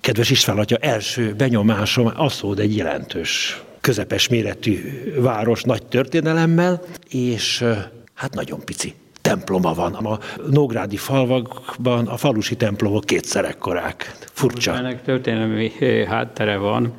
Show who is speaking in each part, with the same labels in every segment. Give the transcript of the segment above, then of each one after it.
Speaker 1: kedves István atya első benyomásom az volt egy jelentős, közepes méretű város nagy történelemmel, és hát nagyon pici temploma van. A nógrádi falvakban a falusi templomok kétszer ekkorák. Furcsa.
Speaker 2: Ennek történelmi eh, háttere van,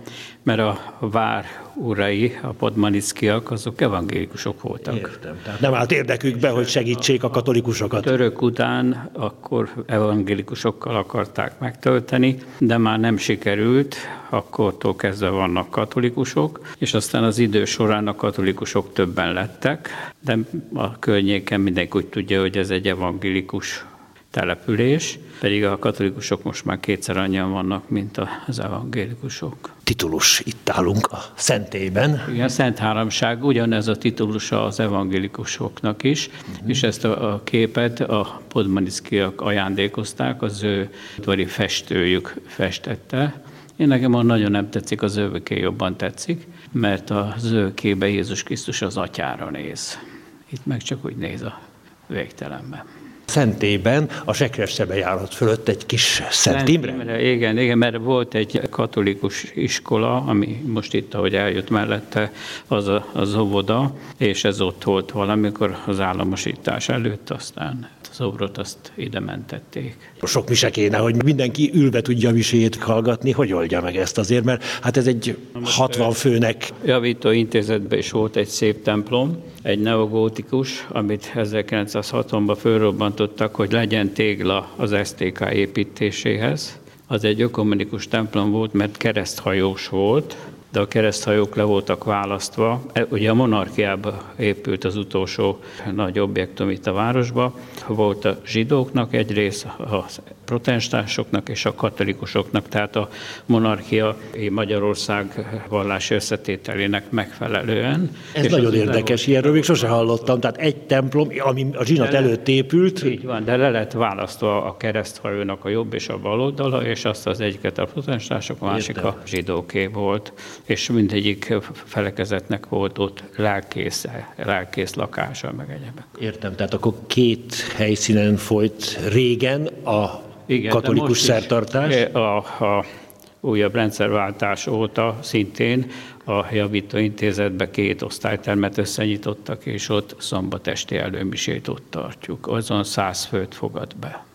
Speaker 2: mert a vár urai, a podmanickiak, azok evangélikusok voltak.
Speaker 1: Értem. Tehát nem állt érdekükbe, hogy segítsék a katolikusokat.
Speaker 2: A török után akkor evangélikusokkal akarták megtölteni, de már nem sikerült, akkortól kezdve vannak katolikusok, és aztán az idő során a katolikusok többen lettek, de a környéken mindenki úgy tudja, hogy ez egy evangélikus település, pedig a katolikusok most már kétszer annyian vannak, mint az evangélikusok.
Speaker 1: Titulus itt állunk a szentélyben.
Speaker 2: Igen, a Szent Háromság ugyanez a titulusa az evangélikusoknak is, uh-huh. és ezt a, a képet a podmaniszkiak ajándékozták, az ő udvari festőjük festette. Én nekem már nagyon nem tetszik, az övéké jobban tetszik, mert az övékébe Jézus Krisztus az atyára néz. Itt meg csak úgy néz a végtelenben
Speaker 1: szentében, a sekrestebe járat fölött egy kis Szent Imre. Imre.
Speaker 2: Igen, igen, mert volt egy katolikus iskola, ami most itt, ahogy eljött mellette, az a, az óvoda, és ez ott volt valamikor az államosítás előtt, aztán szobrot azt ide mentették.
Speaker 1: Sok mise kéne, hogy mindenki ülve tudja misét hallgatni, hogy oldja meg ezt azért, mert hát ez egy Most 60 főnek.
Speaker 2: Javító intézetben is volt egy szép templom, egy neogótikus, amit 1960-ban fölrobbantottak, hogy legyen tégla az STK építéséhez. Az egy ökumenikus templom volt, mert kereszthajós volt, de a kereszthajók le voltak választva. E, Ugye a monarchiába épült az utolsó nagy objektum itt a városba. Volt a zsidóknak egyrészt, a protestánsoknak és a katolikusoknak, tehát a monarchia Magyarország vallási összetételének megfelelően.
Speaker 1: Ez és nagyon érdekes, volt... ilyenről még sose hallottam, tehát egy templom, ami a zsinat de előtt épült.
Speaker 2: Így van, de le lett választva a kereszthajónak a jobb és a bal oldala, és azt az egyiket a protestánsok, a másik Értem. a zsidóké volt és mindegyik felekezetnek volt ott lelkész, lelkész lakása, meg egyebek.
Speaker 1: Értem, tehát akkor két helyszínen folyt régen a Igen, katolikus szertartás?
Speaker 2: eh, A, a újabb rendszerváltás óta szintén a javító intézetbe két osztálytermet összenyitottak, és ott szombatesti előmisét ott tartjuk. Azon száz főt fogad be.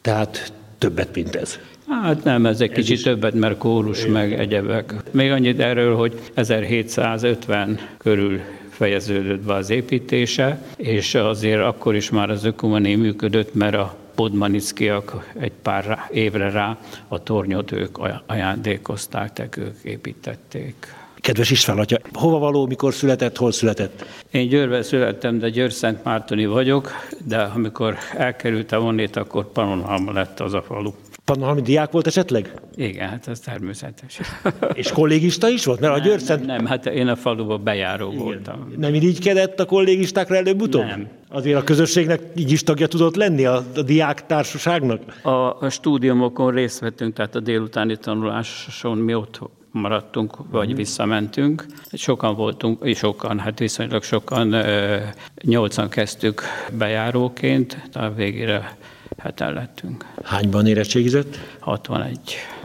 Speaker 1: Tehát többet, mint ez.
Speaker 2: Hát nem, ez egy ez kicsit is. többet, mert kórus Én. meg egyebek. Még annyit erről, hogy 1750 körül fejeződött be az építése, és azért akkor is már az ökumené működött, mert a podmanickiak egy pár évre rá a tornyot ők ajándékozták, tehát ők építették.
Speaker 1: Kedves István atya, hova való, mikor született, hol született?
Speaker 2: Én Győrbe születtem, de Győr Szent Mártoni vagyok, de amikor elkerültem onnét, akkor Pannonhalma lett az a falu.
Speaker 1: Pannonhalmi diák volt esetleg?
Speaker 2: Igen, hát ez természetes.
Speaker 1: És kollégista is volt? Mert
Speaker 2: nem,
Speaker 1: a Győr Szent...
Speaker 2: nem, nem, hát én a faluba bejáró Igen. voltam.
Speaker 1: Nem irigykedett a kollégistákra előbb-utóbb?
Speaker 2: Nem.
Speaker 1: Azért a közösségnek így is tagja tudott lenni a, a diák társaságnak?
Speaker 2: A, a stúdiumokon részt vettünk, tehát a délutáni tanuláson mi ott maradtunk, vagy mm. visszamentünk. Sokan voltunk, és sokan, hát viszonylag sokan, nyolcan kezdtük bejáróként, tehát végére heten lettünk.
Speaker 1: Hányban érettségizett?
Speaker 2: 61.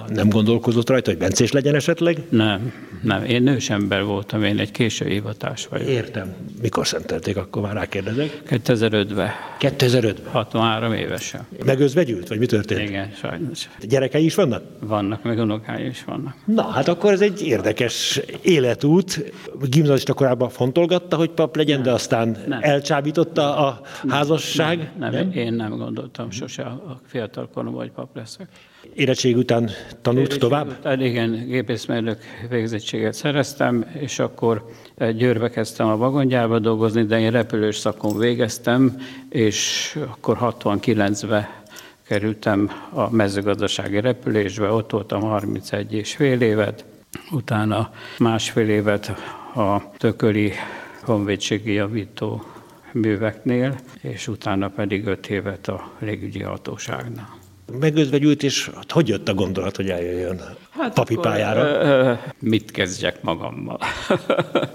Speaker 1: Nem gondolkozott rajta, hogy bencés legyen esetleg?
Speaker 2: Nem, nem. Én nős ember voltam, én egy késő hivatás vagyok.
Speaker 1: Értem. Mikor szentelték, akkor már rákérdezek?
Speaker 2: 2005-ben.
Speaker 1: 2005-ben?
Speaker 2: 63 évesen.
Speaker 1: Megözvegyült, vagy mi történt?
Speaker 2: Igen, sajnos.
Speaker 1: Gyerekei is vannak?
Speaker 2: Vannak, meg unokái is vannak.
Speaker 1: Na, hát akkor ez egy érdekes életút. Gimnazista korában fontolgatta, hogy pap legyen, nem. de aztán nem. elcsábította a házasság?
Speaker 2: Nem, nem, nem. nem. én nem gondoltam sose a fiatal korom, hogy pap leszek.
Speaker 1: Érettség után tanult Érettség tovább?
Speaker 2: Után, Hát igen, gépészmérnök végzettséget szereztem, és akkor eh, Győrbe kezdtem a vagongyárba dolgozni, de én repülős szakon végeztem, és akkor 69-ben kerültem a mezőgazdasági repülésbe, ott voltam 31 és fél évet, utána másfél évet a Tököli Honvédségi Javító műveknél, és utána pedig öt évet a légügyi hatóságnál.
Speaker 1: Megőzve gyűjt, és hát hogy jött a gondolat, hogy eljöjjön hát papipályára? Akkor,
Speaker 2: ö, mit kezdjek magammal?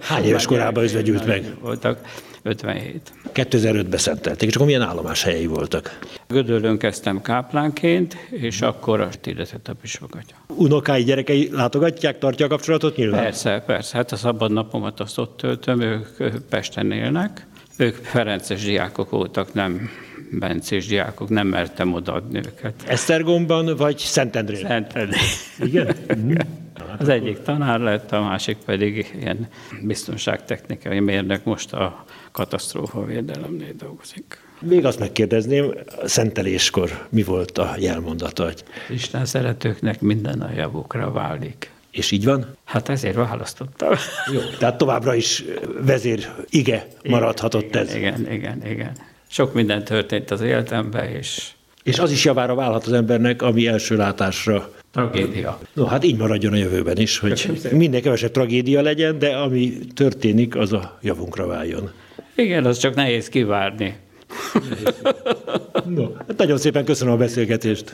Speaker 1: Hány éves korában özve gyűjt meg?
Speaker 2: Voltak 57.
Speaker 1: 2005-ben szentelték, és akkor milyen állomás helyei voltak?
Speaker 2: Gödöllön kezdtem káplánként, és akkor a téletetebb is fogadja.
Speaker 1: Unokái, gyerekei látogatják, tartja a kapcsolatot nyilván?
Speaker 2: Persze, persze. Hát a szabad napomat azt ott töltöm, ők Pesten élnek. Ők Ferences diákok voltak, nem bencés diákok, nem mertem odaadni őket.
Speaker 1: Esztergomban vagy Szentendrén?
Speaker 2: Szentendrén.
Speaker 1: Igen? Mhm.
Speaker 2: Az egyik tanár lett, a másik pedig ilyen biztonságtechnikai mérnök, most a katasztrófa védelemnél dolgozik.
Speaker 1: Még azt megkérdezném, szenteléskor mi volt a jelmondata?
Speaker 2: Isten szeretőknek minden a javukra válik.
Speaker 1: És így van?
Speaker 2: Hát ezért választottam.
Speaker 1: Jó, tehát továbbra is vezér ige maradhatott
Speaker 2: igen,
Speaker 1: Hát ez.
Speaker 2: Igen, igen, igen. Sok minden történt az életemben, és...
Speaker 1: És az is javára válhat az embernek, ami első látásra
Speaker 2: Tragédia.
Speaker 1: No, hát így maradjon a jövőben is, hogy minden kevesebb tragédia legyen, de ami történik, az a javunkra váljon.
Speaker 2: Igen, az csak nehéz kivárni.
Speaker 1: No, hát nagyon szépen köszönöm a beszélgetést.